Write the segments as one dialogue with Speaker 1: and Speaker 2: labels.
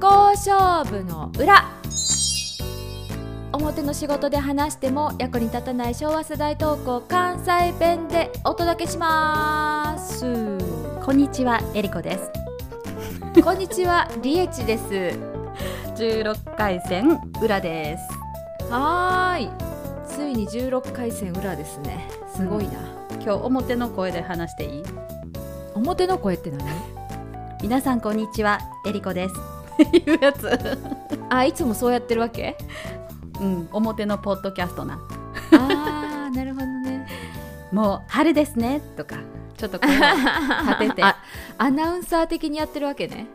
Speaker 1: 勝負の裏表の仕事で話しても役に立たない昭和世代トークを関西弁でお届けします
Speaker 2: こんにちは、えりこで す。
Speaker 1: こんにちはりえちです
Speaker 2: 16回戦裏です。
Speaker 1: はーいついに16回戦裏ですねすごいな、
Speaker 2: 今日表の声で話していい？
Speaker 1: 表の声って何
Speaker 2: 皆さんこんにちは、えりこです。いうやつ。
Speaker 1: あいつもそうやってるわけ
Speaker 2: うん、表のポッドキャストな。
Speaker 1: あーなるほどね
Speaker 2: もう春ですねとか、ちょっと声を立て て。
Speaker 1: あ アナウンサー的にやってるわけね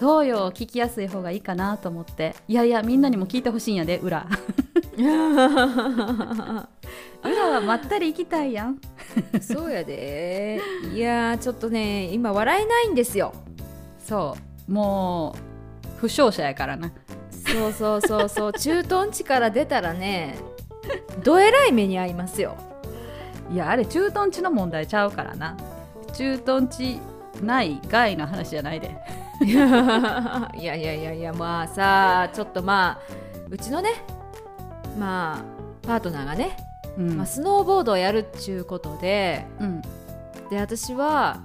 Speaker 2: そうよ、聞きやすい方がいいかなと思って。いやいや、みんなにも聞いてほしいんやで、裏。裏はまったり行きたいやん。
Speaker 1: そうやでいやーちょっとね今笑えないんですよ
Speaker 2: そう、もう負傷者やからな。
Speaker 1: そうそうそうそう駐屯地から出たらねどえらい目に遭いますよ
Speaker 2: いやあれ駐屯地の問題ちゃうからな駐屯地ない外の話じゃないで
Speaker 1: いやいやいやいやまあさちょっとまあうちのねまあパートナーがね、
Speaker 2: うん
Speaker 1: まあ、スノーボードをやるっちゅうことで
Speaker 2: うん
Speaker 1: で私は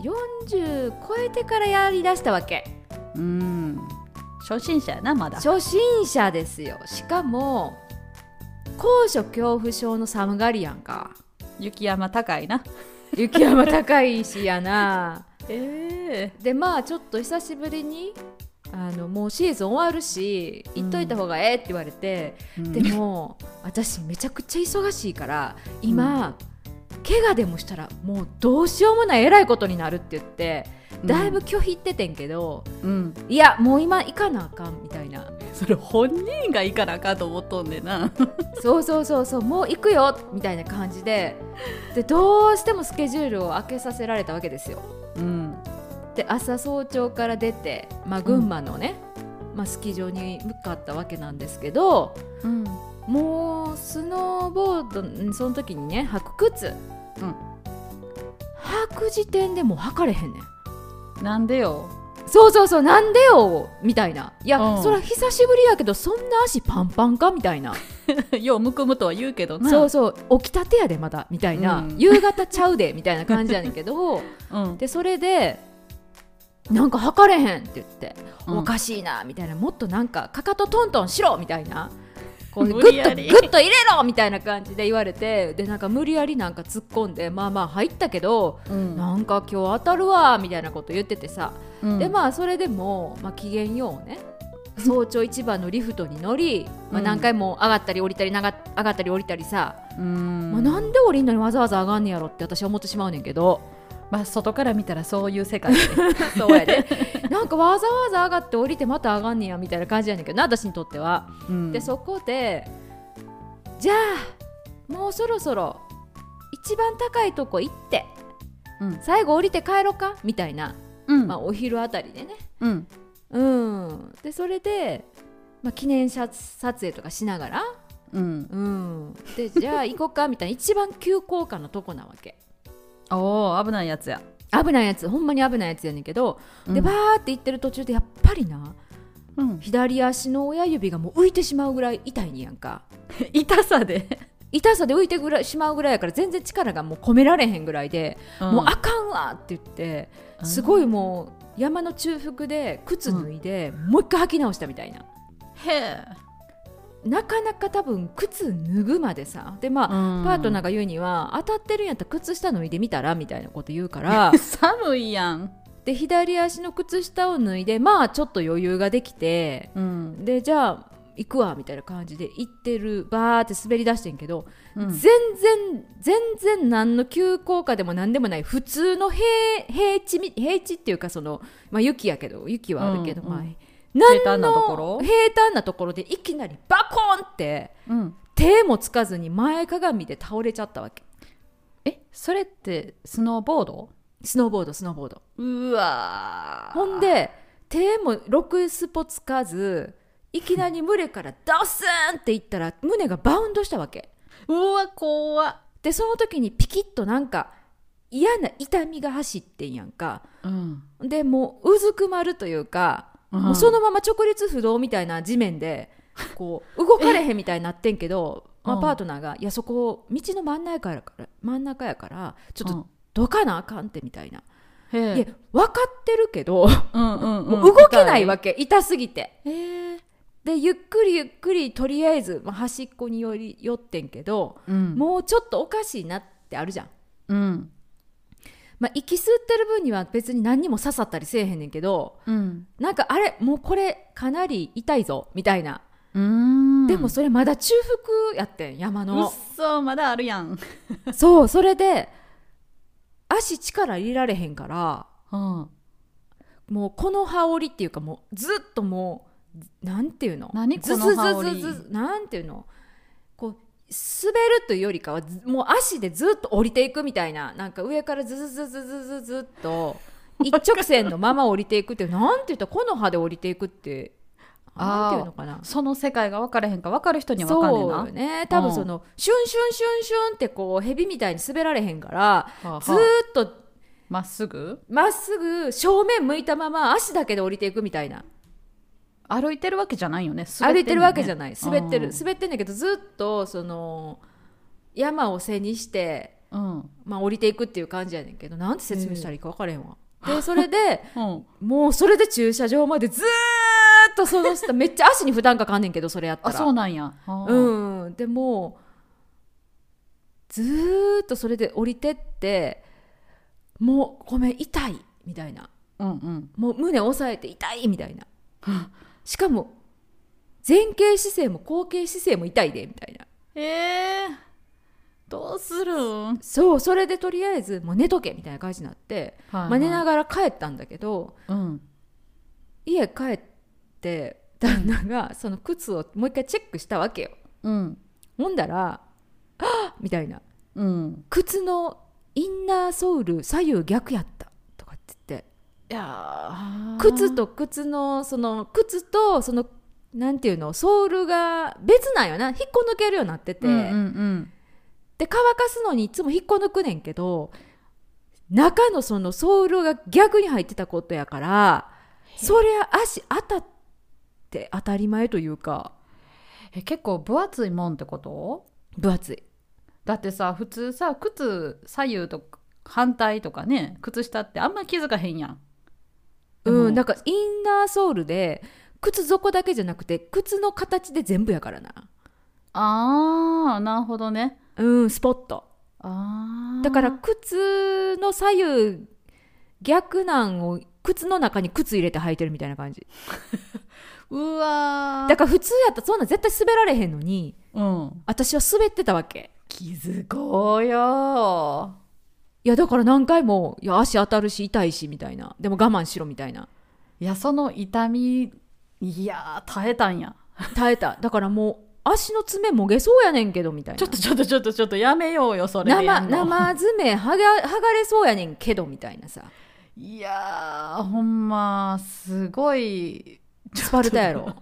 Speaker 1: 40超えてからやりだしたわけ
Speaker 2: うん初心者やなまだ
Speaker 1: 初心者ですよしかも高所恐怖症の寒がりやんか
Speaker 2: 雪山高いな
Speaker 1: 雪山高いしやな
Speaker 2: ええ
Speaker 1: でまあちょっと久しぶりにあのもうシーズン終わるし行っといた方がええって言われて、で
Speaker 2: でも
Speaker 1: も私めちゃくちゃ忙しいから今、怪我でもしたらもうどうしようもないえらいことになるって言ってだいぶ拒否っててんけど、
Speaker 2: うん
Speaker 1: いやもう今行かなあかんみたいな
Speaker 2: それ本人がいいからかと思っとんでな
Speaker 1: そうそうそうそうもう行くよみたいな感じででどうしてもスケジュールを開けさせられたわけですよ
Speaker 2: うん
Speaker 1: で朝早朝から出て、まあ、群馬のね、まあ、スキー場に向かったわけなんですけど
Speaker 2: うん
Speaker 1: もうスノーボードんその時にね履く靴、履く時点でもう履かれへんねん
Speaker 2: なんでよ
Speaker 1: そうそうそうなんでよみたいないや、
Speaker 2: うん
Speaker 1: そら久しぶりやけどそんな足パンパンかみたいな
Speaker 2: ようむくむとは言うけどな
Speaker 1: そうそう起きたてやでまだみたいな、
Speaker 2: うん
Speaker 1: 夕方ちゃうでみたいな感じやねんけ ど
Speaker 2: うん
Speaker 1: でそれでなんか測れへんって言って、
Speaker 2: うん
Speaker 1: おかしいなみたいなもっとなんかかかとトントンしろみたいな。こうグ
Speaker 2: 無
Speaker 1: ッとグ
Speaker 2: 理やり
Speaker 1: ッと入れろみたいな感じで言われてでなんか無理やりなんか突っ込んでまあまあ入ったけど
Speaker 2: うん
Speaker 1: なんか今日当たるわみたいなこと言っててさ、
Speaker 2: うん
Speaker 1: でまあそれでも、まあ、機嫌よ うね早朝一番のリフトに乗り、まあ、
Speaker 2: うん
Speaker 1: 何回も上がったり降りたりなが上がったり降りたりさ、
Speaker 2: うん
Speaker 1: まあ、なんで降りんのにわざわざ上がんねやろって私は思ってしまうねんけ ど
Speaker 2: まあ外から見たらそういう 世界
Speaker 1: そうやで なんかわざわざ上がって降りてまた上がんねやみたいな感じやねんけどな私にとっては。
Speaker 2: うん
Speaker 1: でそこでじゃあもうそろそろ一番高いとこ行って
Speaker 2: うん
Speaker 1: 最後降りて帰ろうかみたいな、
Speaker 2: うん
Speaker 1: まあ、お昼あたりでね
Speaker 2: うん
Speaker 1: うんでそれで、まあ、記念写撮影とかしながら
Speaker 2: うん
Speaker 1: うんでじゃあ行こうかみたいな一番急降下のとこなわけ
Speaker 2: おお危ないやつや
Speaker 1: 危ないやつほんまに危ないやつやねんけど、
Speaker 2: う
Speaker 1: で
Speaker 2: ん
Speaker 1: バーって行ってる途中でやっぱりな
Speaker 2: うん
Speaker 1: 左足の親指がもう浮いてしまうぐらい痛いねやんか
Speaker 2: 痛さで、
Speaker 1: 痛さで浮いてぐらいしまうぐらいやから全然力がもう込められへんぐらいで、も
Speaker 2: も
Speaker 1: う
Speaker 2: う
Speaker 1: あかんわって言って
Speaker 2: あ
Speaker 1: すごいもう山の中腹で靴脱いで、もう一回履き直したみたいな
Speaker 2: へえ、
Speaker 1: なかなか多分靴脱ぐまでさでまあ、パ
Speaker 2: パ
Speaker 1: ートナー
Speaker 2: ー
Speaker 1: が言うには当たってるんやったら靴下脱いでみたらみたいなこと言うから
Speaker 2: 寒いやん、
Speaker 1: で左足の靴下を脱いでまあちょっと余裕ができて
Speaker 2: うん
Speaker 1: でじゃあ行くわみたいな感じで行ってるバーって滑り出してんけど
Speaker 2: うん
Speaker 1: 全然全然何の急降下でも何でもない普通の平平地み平地っていうかその、まあ、雪やけど雪はあるけど、
Speaker 2: うんうん
Speaker 1: まあ、
Speaker 2: 平坦なところ
Speaker 1: 平坦なところでいきなりバコーンって
Speaker 2: うん、
Speaker 1: 手もつかずに前かがみで倒れちゃったわけ
Speaker 2: えそれってスノーボード
Speaker 1: スノーボードスノーボード
Speaker 2: うわ
Speaker 1: ほんで手もろくすぽつかずいきなり胸からドスーンっていったら胸がバウンドしたわけ
Speaker 2: うわ怖っ、
Speaker 1: でその時にピキッとなんか嫌な痛みが走ってんやんか
Speaker 2: うん
Speaker 1: でもううずくまるというかもうそのまま直立不動みたいな地面でこ う動かれへんみたいになってんけど、まあ、
Speaker 2: うん
Speaker 1: パートナーが「いやそこ道の真ん中やから真ん中やからちょっ
Speaker 2: う
Speaker 1: と
Speaker 2: ん
Speaker 1: どかなあかん」ってみたいな。
Speaker 2: へえ
Speaker 1: いや分かってるけど、
Speaker 2: うんうんうん、
Speaker 1: もう動けないわけ痛すぎて。
Speaker 2: けへえ
Speaker 1: でゆっくりゆっくりとりあえず、まあ、端っこに寄り寄ってんけど、
Speaker 2: うん
Speaker 1: もうちょっとおかしいなってあるじゃん。
Speaker 2: うん
Speaker 1: まあ、息吸ってる分には別に何にも刺さったりせえへんねんけど
Speaker 2: うん
Speaker 1: なんかあれもうこれかなり痛いぞみたいな、
Speaker 2: うーん
Speaker 1: でもそれまだ中腹やってん山
Speaker 2: うっ
Speaker 1: の
Speaker 2: そまだあるやん、
Speaker 1: そうそれで足力入れられへんから
Speaker 2: うん、
Speaker 1: もうこの羽織っていうかもうずっともうなんていうの
Speaker 2: 何
Speaker 1: ずず
Speaker 2: この羽織
Speaker 1: ずずずなんていうのこう滑るというよりかはずもう足でずっと降りていくみたいななんか上からずずずずずずずっ と一直線のまま降りていくっていうなんて言ったら木の葉で降りていくってなんていうのかな
Speaker 2: その世界が分からへんか分かる人には分かんね
Speaker 1: そ
Speaker 2: ん
Speaker 1: う
Speaker 2: な
Speaker 1: よね多分その、シュンシュンシュンシュンってこう蛇みたいに滑られへんから
Speaker 2: はあはあ
Speaker 1: ずーっと
Speaker 2: まっすぐ
Speaker 1: まっすぐ正面向いたまま足だけで降りていくみたいな
Speaker 2: 歩いてるわけじゃないよね
Speaker 1: 歩いてるわけじゃない滑って
Speaker 2: う
Speaker 1: る
Speaker 2: ん
Speaker 1: 滑ってんだけどずっとその山を背にして、
Speaker 2: うん、
Speaker 1: まあ、降りていくっていう感じやねんけどなんて説明したらいいか分からへんわ。でそれで
Speaker 2: うん、
Speaker 1: もうそれで駐車場までずーっとその下めっちゃ足に負担かかんねんけどそれやった
Speaker 2: あ
Speaker 1: ら。
Speaker 2: そうなんや、はあ
Speaker 1: うん、でもずーっとそれで降りてってもうごめん痛いみたいな
Speaker 2: うんうん
Speaker 1: もう胸押さえて痛いみたいなしかも前傾姿勢も後傾姿勢も痛いでみたいな
Speaker 2: ええどうするん、はい
Speaker 1: そうそれでとりあえずもう寝とけみたいな感じになって、真似なが
Speaker 2: が
Speaker 1: ら帰ったんだけど
Speaker 2: うん
Speaker 1: 家帰って旦那がその靴をもう一回チェックしたわけよ
Speaker 2: うん
Speaker 1: ほんだら「あっ!」みたいな
Speaker 2: うん
Speaker 1: 靴のインナーソール左右逆やったとかって言って
Speaker 2: いやー
Speaker 1: 靴と靴のその靴とそのなんていうのソールが別なんよな引っこ抜けるようになってて、
Speaker 2: うんうんうん
Speaker 1: で乾かすのにいつも引っこ抜くねんけど中のそのソールが逆に入ってたことやからそりゃ足当たって当たり前というか
Speaker 2: え結構分厚いもんってこと
Speaker 1: 分厚い
Speaker 2: だってさ普通さ靴左右と反対とかね靴下ってあんまり気づかへんやん
Speaker 1: うん、
Speaker 2: で
Speaker 1: なんかインナーソールで靴底だけじゃなくて靴の形で全部やからな
Speaker 2: ああなるほどね
Speaker 1: うんスポット
Speaker 2: あー
Speaker 1: だから靴の左右逆なんを靴の中に靴入れて履いてるみたいな感じ
Speaker 2: うわー
Speaker 1: だから普通やったらそんなん絶対滑られへんのに
Speaker 2: うん
Speaker 1: 私は滑ってたわけ
Speaker 2: 気づこうよ
Speaker 1: いやだから何回もいや足当たるし痛いしみたいなでも我慢しろみたいない
Speaker 2: やその痛みいやー耐えたんや
Speaker 1: 耐えただからもう足の爪もげそうやねんけどみたいな
Speaker 2: ちょっとちょっとちょっとちょっとやめようよそれでや
Speaker 1: 生
Speaker 2: んの
Speaker 1: 生爪剥が剥がれそうやねんけどみたいなさ
Speaker 2: いやーほんますごい
Speaker 1: スパルタやろ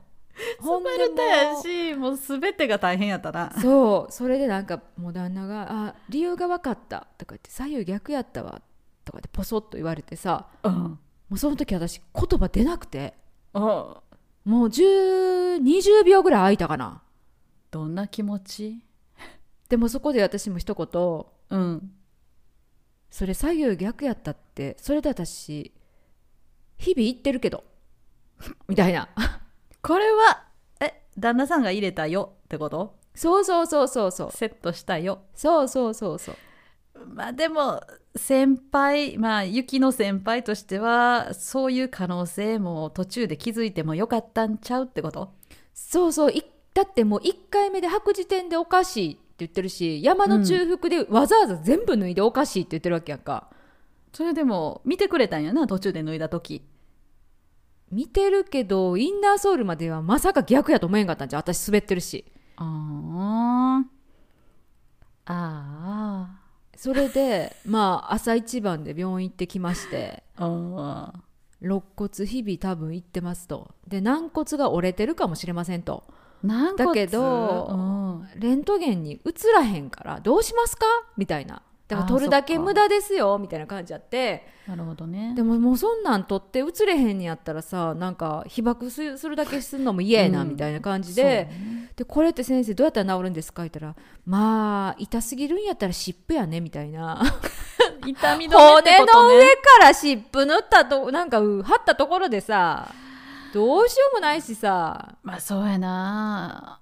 Speaker 1: ほん
Speaker 2: ス
Speaker 1: でもう
Speaker 2: パルタやしもう全てが大変やったな
Speaker 1: そうそれでなんかもう旦那が「あ理由が分かった」とか言って「左右逆やったわ」とかってポソッと言われてさ
Speaker 2: うん
Speaker 1: もうその時私言葉出なくて
Speaker 2: うん
Speaker 1: もう10 20秒ぐらい空いたかな
Speaker 2: どんな気持ち
Speaker 1: でもそこで私も一言「
Speaker 2: うん
Speaker 1: それ左右逆やったってそれで私日々言ってるけど」みたいな
Speaker 2: これはえ旦那さんが入れたよってこと
Speaker 1: そうそうそうそうそう
Speaker 2: セットしたよ
Speaker 1: そうそうそうそう
Speaker 2: まあでも先輩まあ雪の先輩としてはそういう可能性も途中で気づいてもよかったんちゃうってこと
Speaker 1: そうそういだってもう1回目で履く時点でおかしいって言ってるし山の中腹でわざわざ全部脱いでおかしいって言ってるわけやんか、
Speaker 2: それでも見てくれたんやな途中で脱いだ時
Speaker 1: 見てるけどインナーソールまではまさか逆やと思えんかったんじゃう私滑ってるし
Speaker 2: あああ
Speaker 1: それ でまあ朝一番で病院行ってきまして
Speaker 2: ああ
Speaker 1: 肋骨日々多分行ってますとで軟骨が折れてるかもしれませんと
Speaker 2: なん
Speaker 1: だけど
Speaker 2: うん、
Speaker 1: レントゲンに映らへんからどうしますかみたいなだから
Speaker 2: あー
Speaker 1: 取るだけ
Speaker 2: そっか
Speaker 1: 無駄ですよみたいな感じやって
Speaker 2: なるほどね
Speaker 1: でももうそんなん取って映れへんにやったらさなんか被爆すするだけするのも嫌やな
Speaker 2: うん
Speaker 1: みたいな感じ
Speaker 2: そ
Speaker 1: で、
Speaker 2: うね
Speaker 1: でこれって先生どうやったら治るんですか言ったらまあ痛すぎるんやったら湿布やねみたいな
Speaker 2: 痛み止めって
Speaker 1: 骨
Speaker 2: こ
Speaker 1: の
Speaker 2: とね
Speaker 1: 上から湿布塗ったとなんかう貼ったところでさどうしようもないしさ
Speaker 2: まあそうやな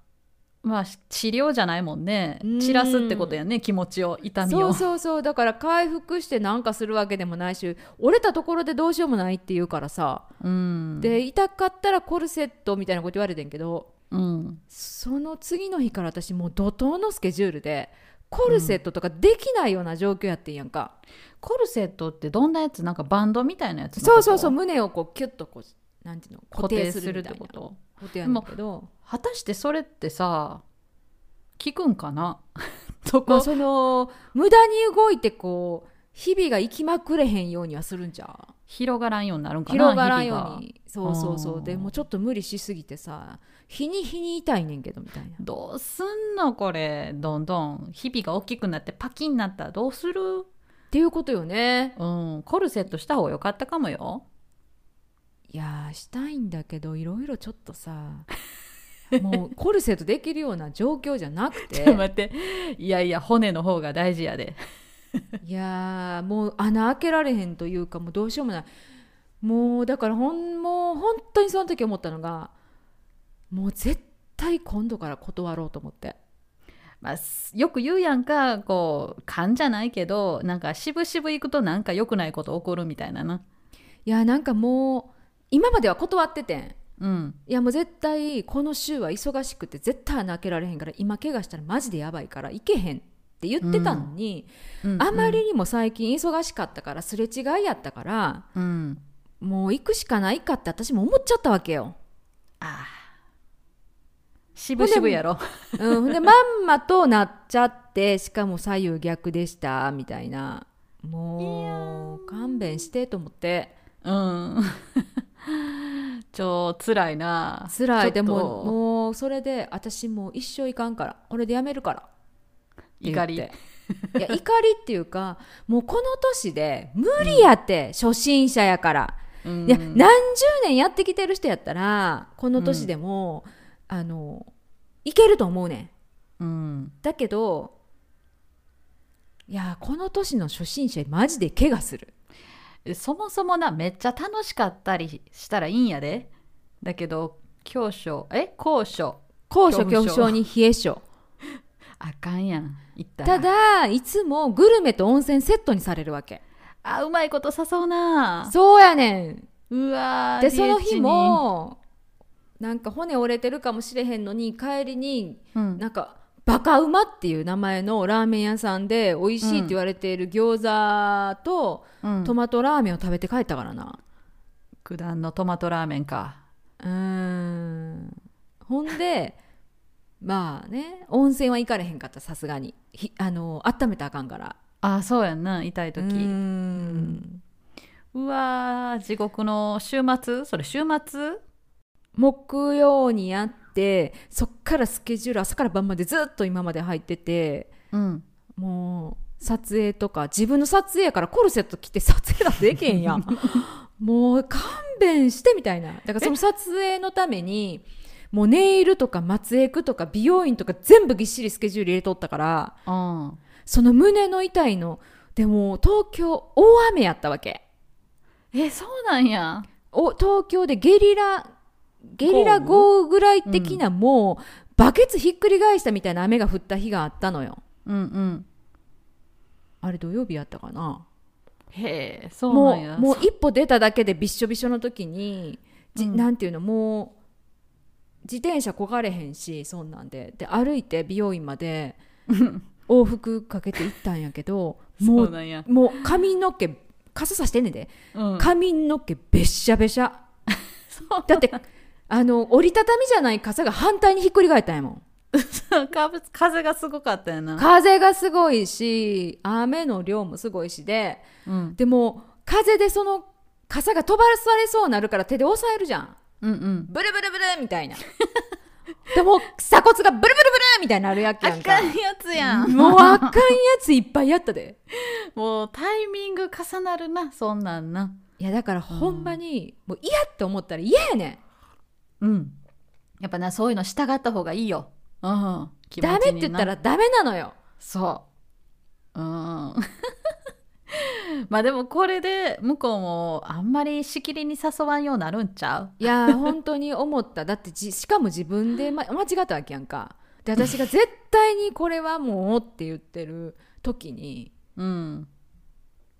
Speaker 2: まあし治療じゃないもんね
Speaker 1: うん
Speaker 2: 散らすってことやね気持ちを痛み
Speaker 1: そ
Speaker 2: を
Speaker 1: うそうそうだから回復してなんかするわけでもないし折れたところでどうしようもないって言うからさ、
Speaker 2: うん
Speaker 1: で痛かったらコルセットみたいなこと言われてんけど
Speaker 2: うん
Speaker 1: その次の日から私もう怒涛のスケジュールでコルセットとかできないような状況やってんやんか、
Speaker 2: コルセットってどんなやつなんかバンドみたいなやつのこ
Speaker 1: そ
Speaker 2: と
Speaker 1: うそうそう胸をこうキュッとこうなんていうの
Speaker 2: 固
Speaker 1: 固
Speaker 2: 定
Speaker 1: 定
Speaker 2: す
Speaker 1: す
Speaker 2: る
Speaker 1: る
Speaker 2: っ
Speaker 1: み
Speaker 2: て
Speaker 1: たいな
Speaker 2: こ
Speaker 1: こととやねんけど、
Speaker 2: 果たしてそれってさ効くんかな ど
Speaker 1: まあ、
Speaker 2: こ
Speaker 1: その無駄に動いてこう日々が行きまくれへんようにはするんじゃう
Speaker 2: 広がらんようになるんかな
Speaker 1: 広がらんよう
Speaker 2: 日々が
Speaker 1: にそうそうそ
Speaker 2: あー
Speaker 1: うでもうちょっと無理しすぎてさ日に日に痛いねんけどみたいな
Speaker 2: どうすんのこれどんどん日々が大きくなってパキンになったらどうする
Speaker 1: っていうことよね
Speaker 2: うんコルセットした方が良かったかも よ
Speaker 1: いやーしたいんだけどいろいろちょっとさもうコルセットできるような状況じゃなくて
Speaker 2: 待っていやいや骨の方が大事やで
Speaker 1: いやーもう穴開けられへんというかもうどうしようもないもうだからほんもう本当にその時思ったのがもう絶対今度から断ろうと思って
Speaker 2: まあ、すよく言うやんかこう勘じゃないけどなんか渋々行くとなんか良くないこと起こるみたいなない
Speaker 1: やーなんかもう今までは断っててん
Speaker 2: うん
Speaker 1: いやもう絶対この週は忙しくて絶対穴開けられへんから今怪我したらマジでやばいから行けへんって言ってたのに、
Speaker 2: うん
Speaker 1: あまりにも最近忙しかったからすれ違いやったから
Speaker 2: うん
Speaker 1: もう行くしかないかって私も思っちゃったわけよ。
Speaker 2: ああ渋々やろ
Speaker 1: うん、ほんでまんまとなっちゃってしかも左右逆でしたみたいなもう勘弁してと思って
Speaker 2: うん ちょ辛いな
Speaker 1: 辛
Speaker 2: ちょ
Speaker 1: い
Speaker 2: っと
Speaker 1: でももうそれで私もう一生いかんからこれでやめるからって言
Speaker 2: 怒
Speaker 1: っ
Speaker 2: り
Speaker 1: ていや怒りっていうかもうこの年で無理やって、初心者やから、
Speaker 2: うん
Speaker 1: いや何十年やってきてる人やったらこの年でも、あのいけると思うねん
Speaker 2: うん
Speaker 1: だけどいやこの年の初心者マジで怪我する
Speaker 2: そもそもなめっちゃ楽しかったりしたらいいんやでだけど高所え高所
Speaker 1: 高所
Speaker 2: 恐怖
Speaker 1: 恐
Speaker 2: 症
Speaker 1: 怖症に冷え性
Speaker 2: あかんやん行ったら
Speaker 1: ただいつもグルメと温泉セットにされるわけ
Speaker 2: あうまいこと誘うな
Speaker 1: そうやねん
Speaker 2: うわー
Speaker 1: でその日、
Speaker 2: リーチ
Speaker 1: もなんか骨折れてるかもしれへんのに帰りに
Speaker 2: にうん
Speaker 1: なんかバカうまっていう名前のラーメン屋さんで美味しいって言われている餃子と
Speaker 2: うん
Speaker 1: トマトラーメンを食べて帰ったからな
Speaker 2: 九段のトマトラーメンか
Speaker 1: うーんほんで まあね温泉は行かれへんかったさすがにひあの温めたらあかんから
Speaker 2: あそうやんな痛い時
Speaker 1: うー
Speaker 2: うんわー地獄の週末それ週末
Speaker 1: 木曜にやってそっからスケジュール朝から晩までずっと今まで入ってて
Speaker 2: うん
Speaker 1: もう撮影とか自分の撮影やからコルセット着て撮影なんてできへんやんもう勘弁してみたいなだからその撮影のためにもうネイルとか松江区とか美容院とか全部ぎっしりスケジュール入れとったから
Speaker 2: うん
Speaker 1: その胸の痛いのでも東京大雨やったわけ
Speaker 2: えそうなんや
Speaker 1: お東京でゲリラゲリラ豪雨ぐらい的な、もうバケツひっくり返したみたいな雨が降った日があったのよ
Speaker 2: うんうん
Speaker 1: あれ土曜日やったかな
Speaker 2: へえそう
Speaker 1: も
Speaker 2: なんや
Speaker 1: うもう一歩出ただけでびっしょびしょの時に、じ
Speaker 2: うん
Speaker 1: なんていうのもう自転車こがれへんしそんなんでで歩いて美容院ま で往復かけて行ったんやけども
Speaker 2: そう
Speaker 1: う
Speaker 2: なんや、
Speaker 1: もう髪の毛傘さしてんねんで
Speaker 2: うん、
Speaker 1: 髪の毛べっしゃべしゃ だってあの折りたたみじゃない傘が反対にひっくり返ったんやもん
Speaker 2: か風がすごかったよな、
Speaker 1: 風がすごいし雨の量もすごいしで
Speaker 2: うん、
Speaker 1: でも風でその傘が飛ばされそうになるから手で押さえるじゃん
Speaker 2: うんうん
Speaker 1: ブルブルブルみたいな でも鎖骨がブルブルブルみたいになるやけやんか
Speaker 2: やつ
Speaker 1: もうあかんやついっぱいやったで
Speaker 2: もうタイミング重なるなそんなんない
Speaker 1: やだからほんまに、もう嫌って思ったら嫌やねん
Speaker 2: うんやっぱなそういうの従った方がいいようん気持ちに
Speaker 1: ダ
Speaker 2: な
Speaker 1: メって言ったらダメなのよ
Speaker 2: そう。うん。 まあでもこれで向こうもあんまりしきりに誘わんようになるんちゃう
Speaker 1: いやー本当に思っただってじしかも自分で、ま、間違ったわけやんかで私が絶対にこれはもうって言ってる時に
Speaker 2: うん。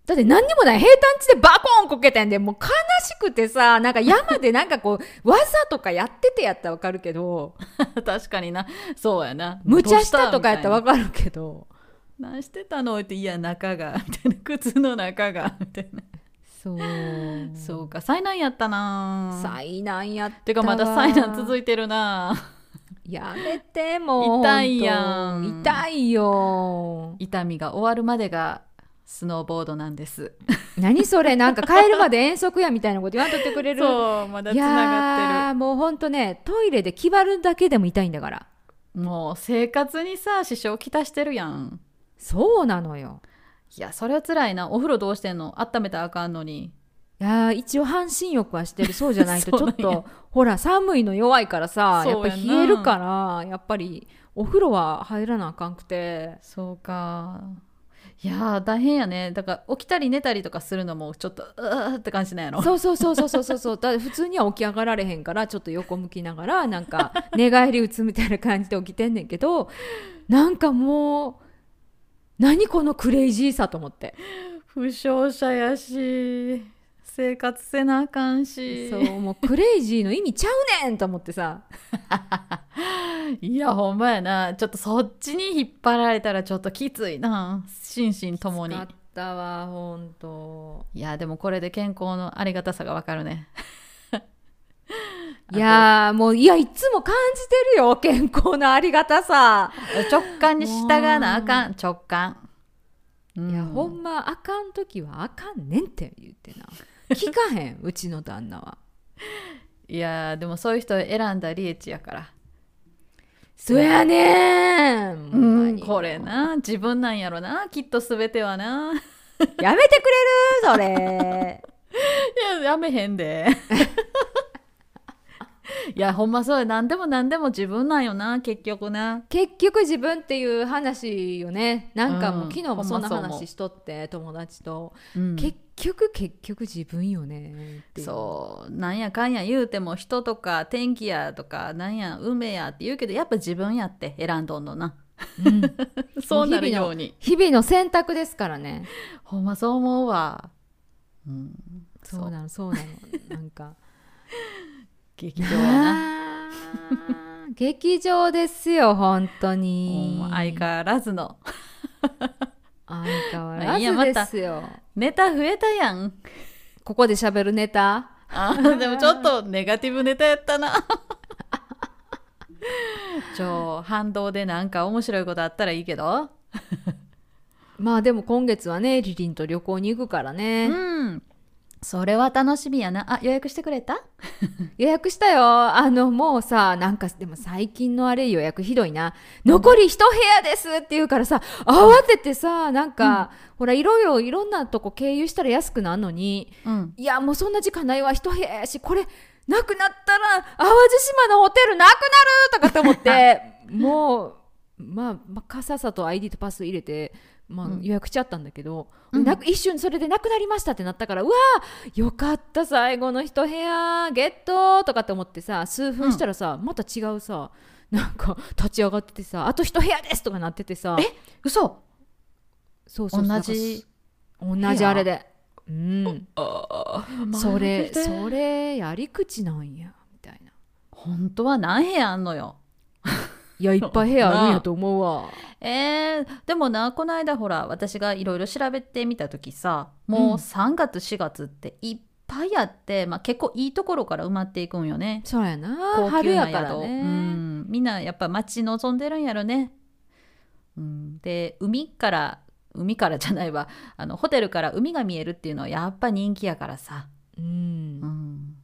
Speaker 1: だって何にもない平坦地でバコーンこけてんでもう悲しくてさなんか山でなんか こう技とかやっててやったらわかるけど
Speaker 2: 確かにな。そうやな。
Speaker 1: 無茶したとかやったらわ
Speaker 2: か
Speaker 1: かるけど
Speaker 2: 何してたのって、いや、中が、みたいな。靴の中が、みたいな。
Speaker 1: そう
Speaker 2: そうか、災難やったな。
Speaker 1: 災難やったわ
Speaker 2: てかまだ災難続いてるな。
Speaker 1: やめてもう
Speaker 2: 痛いやん
Speaker 1: ほと痛いよ
Speaker 2: 痛みが終わるまでがスノーボードなんです。
Speaker 1: 何それなんか帰るまで遠足やみたいなこと言わんとってくれる
Speaker 2: そう、まだ
Speaker 1: いやーもうほんとねトイレで気張るだけでも痛いんだから
Speaker 2: る。もう生活にさ、支障きたしてるやん。
Speaker 1: そうなのよ
Speaker 2: いや、それは辛いな。お風呂どうしてんの温めたらあかんのに。
Speaker 1: いやー一応半身浴はしてるそうじゃないとち
Speaker 2: そう
Speaker 1: ょ
Speaker 2: なん
Speaker 1: っ
Speaker 2: や
Speaker 1: とほら寒いの弱いからさや
Speaker 2: そ
Speaker 1: っぱ
Speaker 2: うやんな
Speaker 1: り冷えるからやっぱりお風呂は入らなあかんく て
Speaker 2: そうか。いやー、大変やね。だから、起きたり寝たりとかするのも、ちょっと、うーって感じなんやろ。
Speaker 1: そうそうそうそうそうそうそうだ普通には起き上がられへんからちょっと横向きながらなんか 寝返り打つみたいな感じで起きてんねんけどなんかもう何このクレイジーさと思って
Speaker 2: 負傷者やし、生活せなあかんし
Speaker 1: そうもうクレイジーの意味ちゃうねんと思ってさ
Speaker 2: いや、ほんまやな。ちょっとそっちに引っ張られたら、ちょっときついな。心身ともに
Speaker 1: 使。ったわ本当
Speaker 2: いや、でもこれで健康のありがたさがわかるね。
Speaker 1: いやーもういやいつも感じてるよ健康のありがたさ、
Speaker 2: 直感に従わなあかん。直感。う
Speaker 1: いやほんまあかん時はあかんねんって言ってな聞かへんうちの旦那はい
Speaker 2: やーでもそういう人を選んだリエチやから、
Speaker 1: そやねんほまに
Speaker 2: これな自分なんやろなきっと全てはな
Speaker 1: やめてくれるそ れ
Speaker 2: いややめへん でいやほんまそうや何でも何でも自分なんよな結局な
Speaker 1: 結局自分っていう話よねなんかもう、
Speaker 2: うん
Speaker 1: 昨日もそんな
Speaker 2: ほんまそう思う
Speaker 1: 話しとって友達と、
Speaker 2: うん
Speaker 1: 結局結局自分よねっていう
Speaker 2: そうなんやかんや言うても人とか天気やとかなんや運命やって言うけどやっぱ自分やって選んどんのな
Speaker 1: う、ん、
Speaker 2: そうなるように
Speaker 1: 日々の選択ですからね
Speaker 2: ほんまそう思うわ、うん、
Speaker 1: そうなのそうなのなんか
Speaker 2: 劇場や
Speaker 1: あ
Speaker 2: な
Speaker 1: ー 劇場ですよ本当に
Speaker 2: もう相変わらずの
Speaker 1: 相変わ
Speaker 2: まあ
Speaker 1: ら
Speaker 2: いいやま
Speaker 1: ず
Speaker 2: た
Speaker 1: ですよ、
Speaker 2: ネタ増えたやん
Speaker 1: ここで喋るネタ
Speaker 2: あーでもちょっとネガティブネタやったな ちょ反動でなんか面白いことあったらいいけど
Speaker 1: まあでも今月はねリリンと旅行に行くからね、
Speaker 2: うんそれは楽しみやなあ予約してくれた
Speaker 1: 予約したよあのもうさなんかでも最近のあれ予約ひどいな残り一部屋ですって言うからさ慌ててさなんか、ほらいろいろいろんなとこ経由したら安くなるのに
Speaker 2: うん
Speaker 1: いやもうそんな時間ないわ一部屋やしこれなくなったら淡路島のホテルなくなるとかと思って もうまあ、まあ、傘さと ID とパス入れて、まあ
Speaker 2: うん、
Speaker 1: 予約しちゃったんだけど、
Speaker 2: うん
Speaker 1: なく一瞬それでなくなりましたってなったからうわーよかった最後の一部屋ゲットとかって思ってさ数分したらさ、また違うさなんか立ち上がっててさあと一部屋ですとかなっててさ
Speaker 2: え嘘
Speaker 1: そうそう
Speaker 2: 同じ
Speaker 1: なんか同じあれでうんそれそれやり口なんやみたいな
Speaker 2: 本当は何部屋あんのよ
Speaker 1: いやいっぱい部屋あるんやと思うわ
Speaker 2: えー、でもなこの間ほら私がいろいろ調べてみた時さもう3月4月っていっぱいあって、まあ、結構いいところから埋まっていくんよね
Speaker 1: そうやな
Speaker 2: 高級
Speaker 1: 春
Speaker 2: な
Speaker 1: や
Speaker 2: 宿
Speaker 1: から
Speaker 2: う
Speaker 1: ね
Speaker 2: ん、みんなやっぱ待ち望んでるんやろね、うん、で海から海からじゃないわあのホテルから海が見えるっていうのはやっぱ人気やからさ、
Speaker 1: う
Speaker 2: うんん、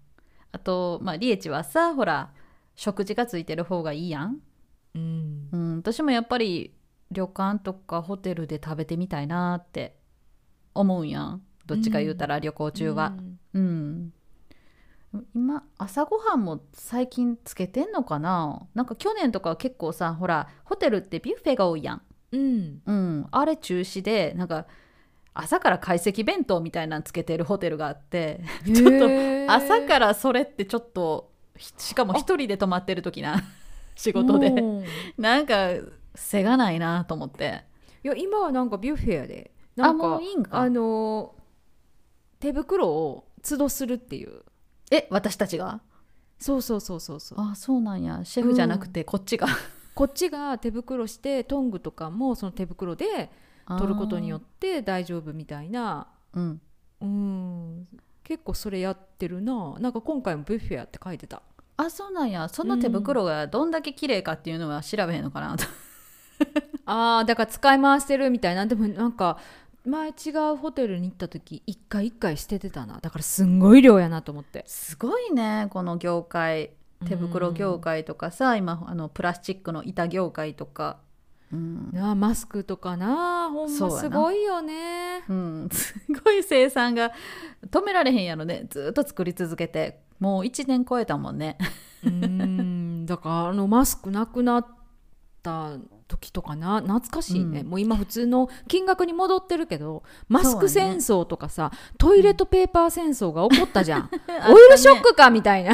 Speaker 2: あとまあリエチはさほら食事がついてる方がいいやん、
Speaker 1: うん
Speaker 2: うん、私もやっぱり旅館とかホテルで食べてみたいなって思うんやんどっちか言うたら旅行中は、うん、今朝ごはんも最近つけてんのかななんか去年とかは結構さほらホテルってビュッフェが多いやん、
Speaker 1: うん
Speaker 2: うん、あれ中止でなんか朝から懐石弁当みたいなのつけてるホテルがあって、
Speaker 1: ち
Speaker 2: ょっと
Speaker 1: と
Speaker 2: 朝からそれってちょっとひしかも一人で泊まってる時な仕事でなんかせがないなと思って
Speaker 1: いや今はなんかビュッフェやでな
Speaker 2: あ
Speaker 1: ん
Speaker 2: も
Speaker 1: か
Speaker 2: ういいん
Speaker 1: あ
Speaker 2: か
Speaker 1: の手袋を都度するっていう
Speaker 2: え私たちが
Speaker 1: そうそうそうそうそう
Speaker 2: あそうなんやシェフじゃなくてこっち が、
Speaker 1: こっちが手袋してトングとかもその手袋で取ることによ
Speaker 2: っ、
Speaker 1: ってて大丈夫みたいな
Speaker 2: うん、
Speaker 1: うん結構それやってるななんか今回もビュッフェやって書いてた
Speaker 2: あそうなんやその手袋がどんだけ綺麗かっていうのは調べへんのかなと、
Speaker 1: あーだから使い回してるみたいなでもなんか前違うホテルに行った時一回一回捨ててたなだからすんごい量やなと思って
Speaker 2: すごいねこの業界手袋業界とかさ、今あのプラスチックの板業界とかうん、
Speaker 1: なあマスクとかなほん
Speaker 2: そう
Speaker 1: ま
Speaker 2: やな
Speaker 1: すごいよね
Speaker 2: うん、 すごい生産が止められへんやろねずっと作り続けてもう1年超えたもんね
Speaker 1: うーんだからあのマスクなくなった時とかな懐かしいね、
Speaker 2: うん
Speaker 1: もう今普通の金額に戻ってるけどマスク
Speaker 2: そうや
Speaker 1: 戦
Speaker 2: ね
Speaker 1: 争とかさ、トイレットペーパー戦争が起こったじゃん
Speaker 2: あ
Speaker 1: オイルショックかみたいな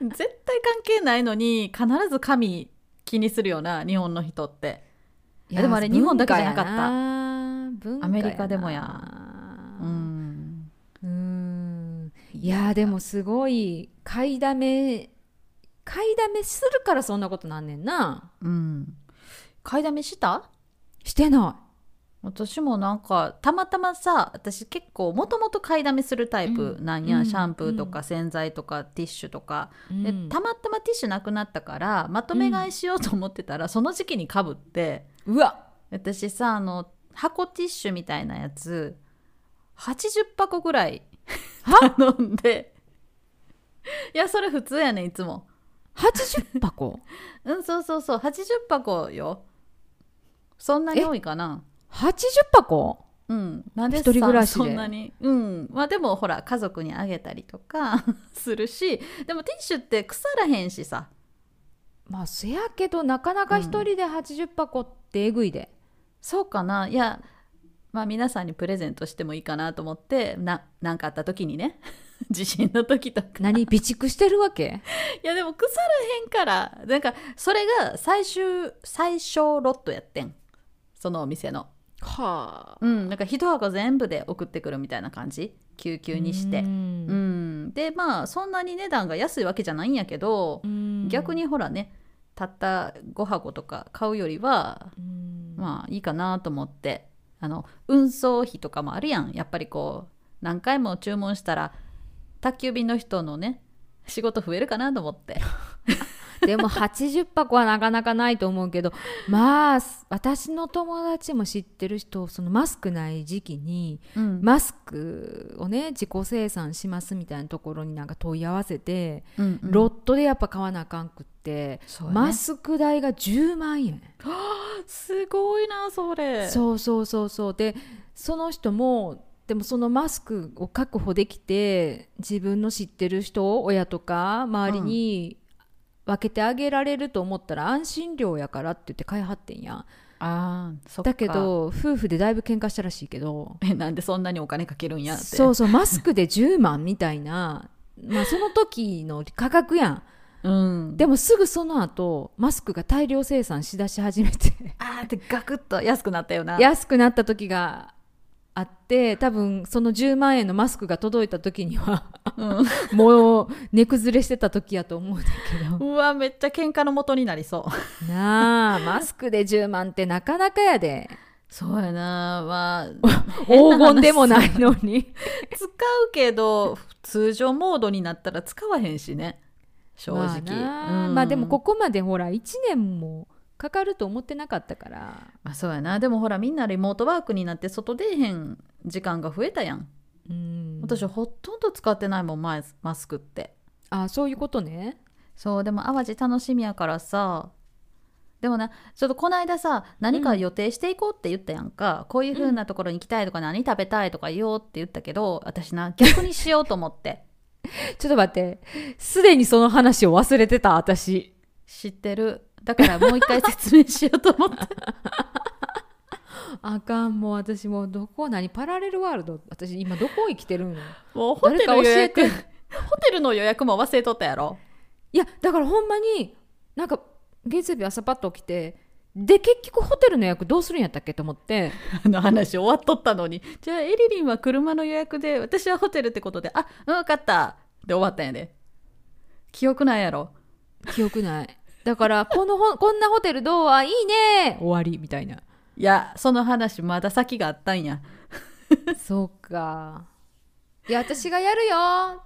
Speaker 2: 絶対関係ないのに必ず髪気にするよな日本の人って
Speaker 1: いや
Speaker 2: でもあれ日本だけじゃなかった
Speaker 1: った
Speaker 2: アメリカでもやう
Speaker 1: うん
Speaker 2: ん
Speaker 1: うーんいやーでもすごい買いだめ買いだめするからそんなことなんねんな
Speaker 2: うん買いだめした
Speaker 1: してな
Speaker 2: 私もなんかたまたまさ私結構もともと買いだめするタイプなんや、
Speaker 1: うん
Speaker 2: シャンプーと
Speaker 1: う
Speaker 2: か洗剤とかティッシュとか、
Speaker 1: い、う
Speaker 2: で
Speaker 1: ん
Speaker 2: たまたまティッシュなくなったからまとめ買いしようと思ってたら、その時期にかぶって
Speaker 1: うわ
Speaker 2: 私さあの箱ティッシュみたいなやつ80箱ぐらい頼んでいやそれ普通やねんいつも
Speaker 1: 80箱
Speaker 2: うんそうそうそう80箱よそんなに多いかな
Speaker 1: 80箱
Speaker 2: うん、なんで
Speaker 1: 一人暮らしで
Speaker 2: そんなにうんまあでもほら家族にあげたりとかするしでもティッシュって腐らへんしさ
Speaker 1: まあせやけどなかなか一人で80箱ってえぐいで、
Speaker 2: そうかないやまあ皆さんにプレゼントしてもいいかなと思ってななんかあった時にね 地震の時とか
Speaker 1: 何備蓄してるわけ
Speaker 2: いやでも腐らへんからなんかそれが最終最小ロットやってんそのお店の
Speaker 1: はあ
Speaker 2: うんなんか一箱全部で送ってくるみたいな感じ救急にしてう、
Speaker 1: うん
Speaker 2: でまあそんなに値段が安いわけじゃないんやけど、
Speaker 1: ん
Speaker 2: 逆にほらねたった5箱とか買うよりは
Speaker 1: うん
Speaker 2: まあいいかなと思ってあの運送費とかもあるやんやっぱりこう何回も注文したら宅急便の人のね仕事増えるかなと 思って
Speaker 1: でも80箱はなかなかないと思うけどまあ私の友達も知ってる人そのマスクない時期に
Speaker 2: うん
Speaker 1: マスクをね自己生産しますみたいなところになんか問い合わせて、
Speaker 2: うんうん
Speaker 1: ロットでやっぱ買わなあかんくって、
Speaker 2: そうやね
Speaker 1: マスク代が10万円
Speaker 2: すごいなそれ
Speaker 1: そうそうそうそうでその人もでもそのマスクを確保できて自分の知ってる人親とか周りに分けてあげられると思ったら安心料やからって言って買いはってんや
Speaker 2: あーそっか
Speaker 1: だけど夫婦でだいぶ喧嘩したらしいけど
Speaker 2: えなんでそんなにお金かけるんやって
Speaker 1: そうそうマスクで10万みたいな、まあ、その時の価格やん
Speaker 2: うん
Speaker 1: でもすぐその後マスクが大量生産しだし始めて
Speaker 2: あーってガクッと安くなったよな
Speaker 1: 安くなった時があって多分その10万円のマスクが届いた時には
Speaker 2: うん
Speaker 1: もう値崩れしてた時やと思うんだけど
Speaker 2: うわめっちゃ喧嘩の元になりそう
Speaker 1: なあマスクで10万ってなかなかやで
Speaker 2: そうやなま あ
Speaker 1: 黄金でもないのに
Speaker 2: 使うけど通常モードになったら使わへんしね正直、
Speaker 1: まあなあ
Speaker 2: うん
Speaker 1: まあでもここまでほら1年もかかると思ってなかったから
Speaker 2: まあそうやなでもほらみんなリモートワークになって外出えへん時間が増えたやん
Speaker 1: うん
Speaker 2: 私ほとんど使ってないもん前マスクって
Speaker 1: あそういうことね
Speaker 2: そうでも淡路楽しみやからさでもなちょっとこの間さ何か予定していこうって言ったやんか、こういう風なところに行きたいとか何食べたいとか言おうって言ったけど私な逆にしようと思って
Speaker 1: ちょっと待ってすでにその話を忘れてた私
Speaker 2: 知ってるだからもう一回説明しようと思って
Speaker 1: あかんもう私もうどこ何パラレルワールド私今どこ生きてるの
Speaker 2: もう
Speaker 1: ホテルの予約
Speaker 2: ホテルの予約も忘れとったやろ
Speaker 1: いやだからほんまになんか月曜日朝パッと起きてで結局ホテルの予約どうするんやったっけと思って
Speaker 2: あの話終わっとったのにじゃあエリリンは車の予約で私はホテルってことであうん分かったで終わったんやで記憶ないやろ
Speaker 1: 記憶ないだからこのほこんなホテルどうあいいね終わりみたいない
Speaker 2: やその話まだ先があったんや
Speaker 1: そうかいや私がやるよっ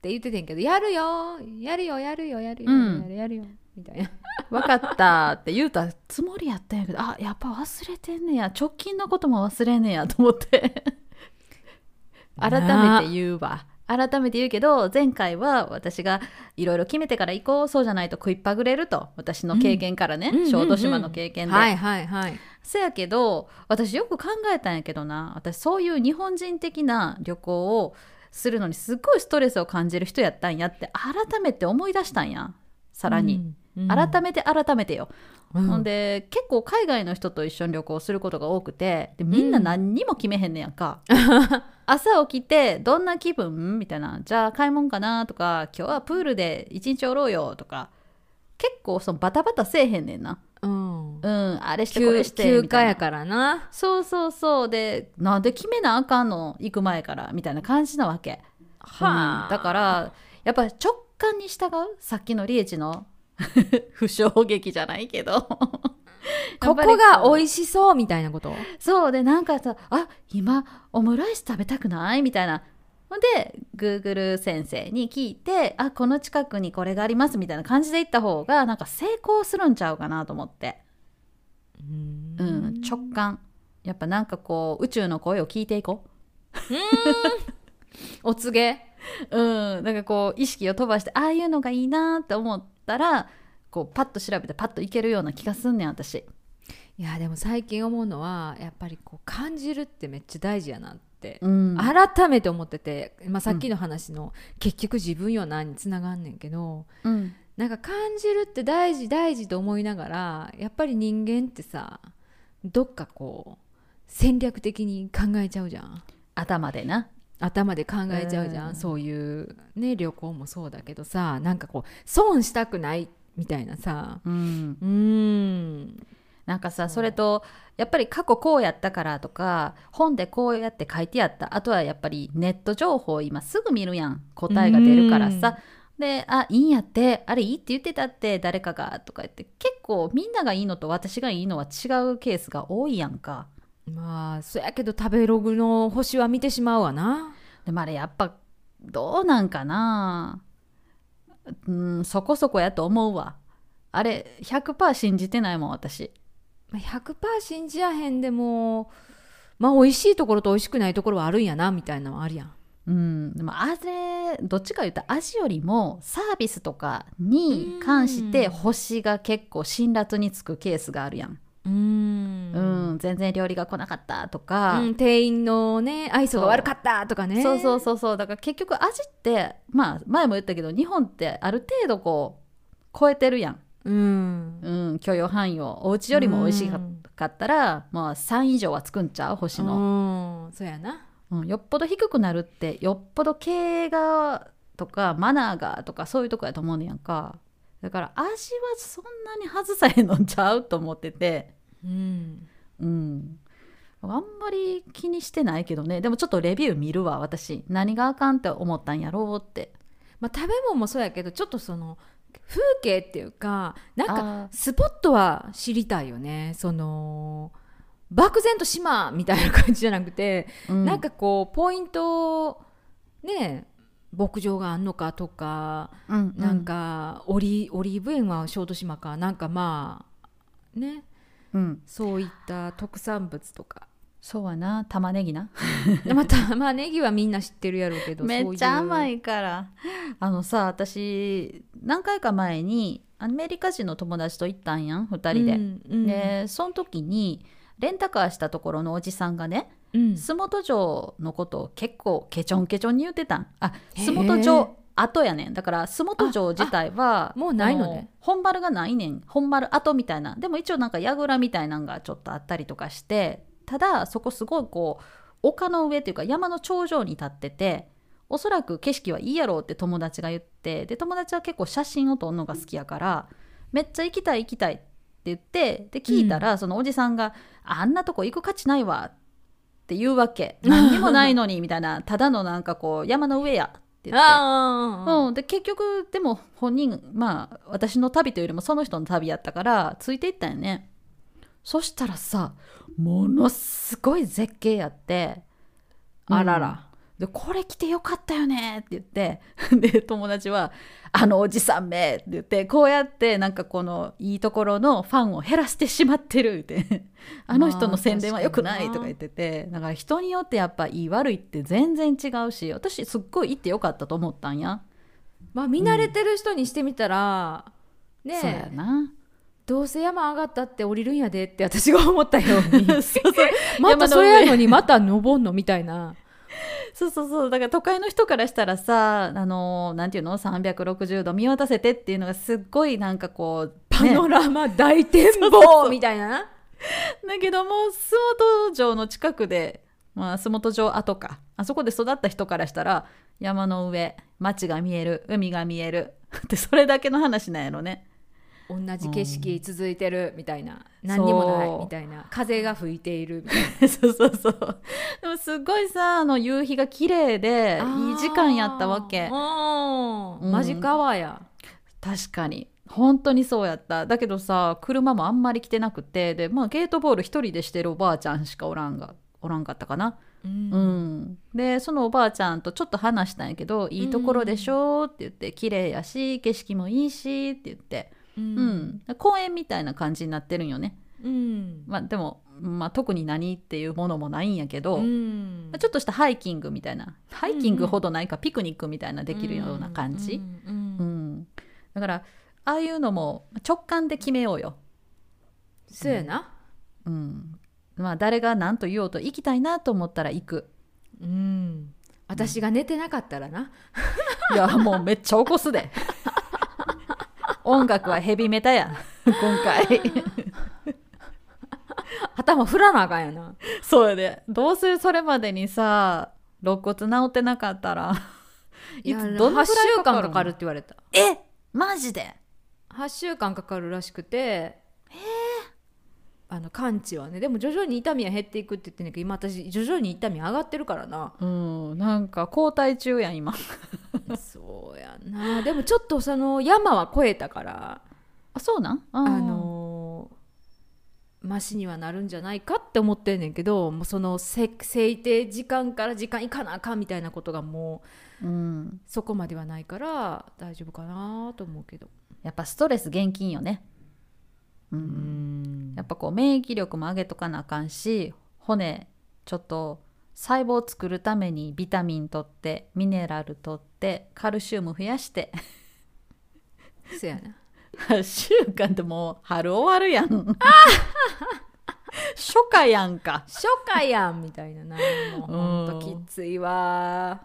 Speaker 1: て言っててんけどやるよやるよやるよやるよ
Speaker 2: うん
Speaker 1: やるよやるよみたい な
Speaker 2: 分かったって言うたつもりやったんやけどあやっぱ忘れてんねや直近のことも忘れんねやと思って改
Speaker 1: なあ
Speaker 2: めて言うわ改めて言うけど前回は私がいろいろ決めてから行こうそうじゃないと食いっぱぐれると私の経験からね、小豆島の経験で、
Speaker 1: はいはいはい
Speaker 2: せやけど私よく考えたんやけどな私そういう日本人的な旅行をするのにすっごいストレスを感じる人やったんやって改めて思い出したんやさらに、、改めて改めてよ、
Speaker 1: め
Speaker 2: ほんで結構海外の人と一緒に旅行することが多くてでみんな何にも決めへんねやんか、朝起きてどんな気分みたいなじゃあ買い物かなとか今日はプールで一日おろうよとか結構そのバタバタせえへんねんな
Speaker 1: うん
Speaker 2: うんあれしてこ
Speaker 1: 休
Speaker 2: れして
Speaker 1: 休
Speaker 2: み
Speaker 1: 暇
Speaker 2: たい
Speaker 1: や
Speaker 2: な
Speaker 1: からな
Speaker 2: そうそうそうでなんで決めなあかんの行く前からみたいな感じなわけ、うんだからやっぱ直感に従うさっきのリエチの 不衝撃じゃないけ ど
Speaker 1: ここが美
Speaker 2: い
Speaker 1: 味しそうみたいなこと
Speaker 2: そうでなんかさあ今オムライス食べたくないみたいなほんで Google 先生に聞いてあこの近くにこれがありますみたいな感じで行った方がなんか成功するんちゃうかなと思って
Speaker 1: うん
Speaker 2: うん、直感やっぱなんかこう宇宙の声を聞いていこ
Speaker 1: お告げ
Speaker 2: ううんなんかこう意識を飛ばしてああいうのがいいなって思ったらこうパッと調べてパッといけるような気がすんねん私
Speaker 1: いやでも最近思うのはやっぱりこう感じるってめっちゃ大事やなって、
Speaker 2: うん
Speaker 1: 改めて思ってて、まあ、さっきの話の、結局自分よなにつながんねんけど
Speaker 2: うん
Speaker 1: なんか感じるって大事大事と思いながらやっぱり人間ってさどっかこう戦略的に考えちゃうじゃん
Speaker 2: 頭でな
Speaker 1: 頭で考えちゃうじゃん、
Speaker 2: うん
Speaker 1: そういうね旅行もそうだけどさなんかこう損したくないみたいなさ
Speaker 2: うん
Speaker 1: うーん
Speaker 2: なんかさそれとやっぱり過去こうやったからとか本でこうやって書いてあったあとはやっぱりネット情報今すぐ見るやん答えが出るからさで「あいいんやってあれいいって言ってたって誰かが」とか言って結構みんながいいのと私がいいのは違うケースが多いやんか
Speaker 1: まあそやけど食べログの星は見てしまうわな
Speaker 2: でもあれやっぱどうなんかなうんそこそこやと思うわあれ100%信じてないもん私
Speaker 1: まあ100%信じやへんでもまあ美味しいところと美味しくないところはあるんやなみたいなのはあるやん
Speaker 2: うん、でもあれどっちか言うと味よりもサービスとかに関して
Speaker 1: うん
Speaker 2: 星が結構辛辣につくケースがあるやん、
Speaker 1: うーん
Speaker 2: うん全然料理が来なかったと
Speaker 1: う
Speaker 2: か、
Speaker 1: ん店員のね愛想が悪かったとかね
Speaker 2: そうそうそうそうだから結局味ってまあ前も言ったけど日本ってある程度こう超えてるやん、
Speaker 1: うん
Speaker 2: うん、許容範囲をお家よりも美味しか
Speaker 1: うん
Speaker 2: かったら、まあ3以上はつくんちゃう星の、
Speaker 1: うんそうやな
Speaker 2: うん、よっぽど低くなるってよっぽど経営がとかマナーがとかそういうとこやと思うねやんかだから味はそんなに外さへんのちゃうと思ってて
Speaker 1: うん
Speaker 2: うんあんまり気にしてないけどねでもちょっとレビュー見るわ私何があかんって思ったんやろうって
Speaker 1: まあ食べ物もそうやけどちょっとその風景っていうかなんか
Speaker 2: か
Speaker 1: スポットは知りたいよねその漠然と島みたいな感じじゃなくて、なんかこうポイントをね牧場があんのかとか、なん、かオリオリーブ園は小豆島かなんかまあね
Speaker 2: うんうんうん
Speaker 1: そういった特産物とか
Speaker 2: そうやな玉ねぎな
Speaker 1: でまたまあネギはみんな知ってるやろうけど
Speaker 2: めっちゃ甘
Speaker 1: い
Speaker 2: いからあのさ私何回か前にアメリカ人の友達と行ったんやん2人で、でその時にレンタカーしたところのおじさんがね洲本城のことを結構ケチョンケチョンに言ってたんあ
Speaker 1: へえ
Speaker 2: 洲本城後やねんだから洲本城自体は
Speaker 1: あもうないのね
Speaker 2: もう本丸がないねん本丸後みたいなでも一応なんか櫓みたいなのがちょっとあったりとかしてただそこすごいこう丘の上っていうか山の頂上に立ってておそらく景色はいいやろうって友達が言ってで友達は結構写真を撮るのが好きやからめっちゃ行きたい行きたいって言ってで聞いたら、そのおじさんが「あんなとこ行く価値ないわ」って言うわけ「何にもないのに」みたいなただのなんかこう山の上やって言って。
Speaker 1: あ
Speaker 2: うん、で結局でも本人まあ私の旅というよりもその人の旅やったからついていったんよねそしたらさものすごい絶景やって
Speaker 1: あらら
Speaker 2: でこれ着てよかったよねって 言ってで友達は「あのおじさんめ」って言ってこうやってなんかこのいいところのファンを減らしてしまってるって あの人の宣伝は良くない
Speaker 1: まあ
Speaker 2: とか言っててだから人によってやっぱいい悪いって全然違うし私すっごい行ってよかったと思ったんや。
Speaker 1: まあ見慣れてる人にしてみたら
Speaker 2: そうや
Speaker 1: ねえ
Speaker 2: な。
Speaker 1: どうせ山上がったって降りるんやでって 私が思ったよ うに
Speaker 2: そうそう
Speaker 1: またそれやのにまた登んのみたいな
Speaker 2: そうそうそうだから都会の人からしたらさあのなんていうの360度見渡せてっていうのがすっごいなんかこう
Speaker 1: パ
Speaker 2: ね
Speaker 1: ノラマ大展
Speaker 2: そうそうそ
Speaker 1: 望
Speaker 2: う
Speaker 1: みたいな
Speaker 2: だけども洲本城の近くで、まあ、洲本城跡かあそこで育った人からしたら山の上町が見える海が見える ってそれだけの話なんやろね
Speaker 1: 同じ景色続いてるみたいな何にもないみたいな風が吹いているみたいな
Speaker 2: そうそうそうでもすごいさあの夕日が綺麗でいい時間やったわけ
Speaker 1: あー
Speaker 2: うん
Speaker 1: マジかわや
Speaker 2: 確かに本当にそうやっただけどさ車もあんまり来てなくてで、まあ、ゲートボール一人でしてるおばあちゃんしかおらんがおらんかったかな、
Speaker 1: う
Speaker 2: うんん、でそのおばあちゃんとちょっと話したんやけど「いいところでしょ」って言って「綺麗やし景色もいいし」って言って、
Speaker 1: う
Speaker 2: うんん、公園みたいな感じになってるんよね、
Speaker 1: うん
Speaker 2: まあ、でも、まあ、特に何っていうものもないんやけど、
Speaker 1: うん
Speaker 2: まあちょっとしたハイキングみたいなハイキングほどないかピクニックみたいなできるような感じ、
Speaker 1: うんうん
Speaker 2: う
Speaker 1: うん
Speaker 2: ん、だからああいうのも直感で決めようよ、
Speaker 1: そうやな
Speaker 2: うんまあ、誰が何と言おうと行きたいなと思ったら行く
Speaker 1: うん私が寝てなかったらない
Speaker 2: やもうめっちゃ起こすで音楽はヘビメタや今回
Speaker 1: 頭振らなあかんやな
Speaker 2: そうやでどうするそれまでにさ肋骨治ってなかったらい
Speaker 1: や
Speaker 2: つどの
Speaker 1: 8
Speaker 2: くらい
Speaker 1: 週
Speaker 2: かかる
Speaker 1: 間かかるって言われた
Speaker 2: えマジで
Speaker 1: 8週間かかるらしくてあの完治はねでも徐々に痛みは減っていくって言ってんねんけど今私徐々に痛み上がってるからな
Speaker 2: うんなんか交代中やん今
Speaker 1: そうやなでもちょっとその山は越えたから
Speaker 2: あそうなんあ
Speaker 1: あのーマシにはなるんじゃないかって思ってんねんけどもうそのせ制定時間から時間いかなあかんみたいなことがもう
Speaker 2: うん
Speaker 1: そこまではないから大丈夫かなと思うけど
Speaker 2: やっぱストレス厳禁よねう
Speaker 1: うんん
Speaker 2: やっぱこう免疫力も上げとかなあかんし骨ちょっと細胞を作るためにビタミンとってミネラルとってカルシウム増やして
Speaker 1: そうやな
Speaker 2: 8週 間でもう春終わる やん初夏やんか
Speaker 1: 初夏やんみたいななもうほんときついわ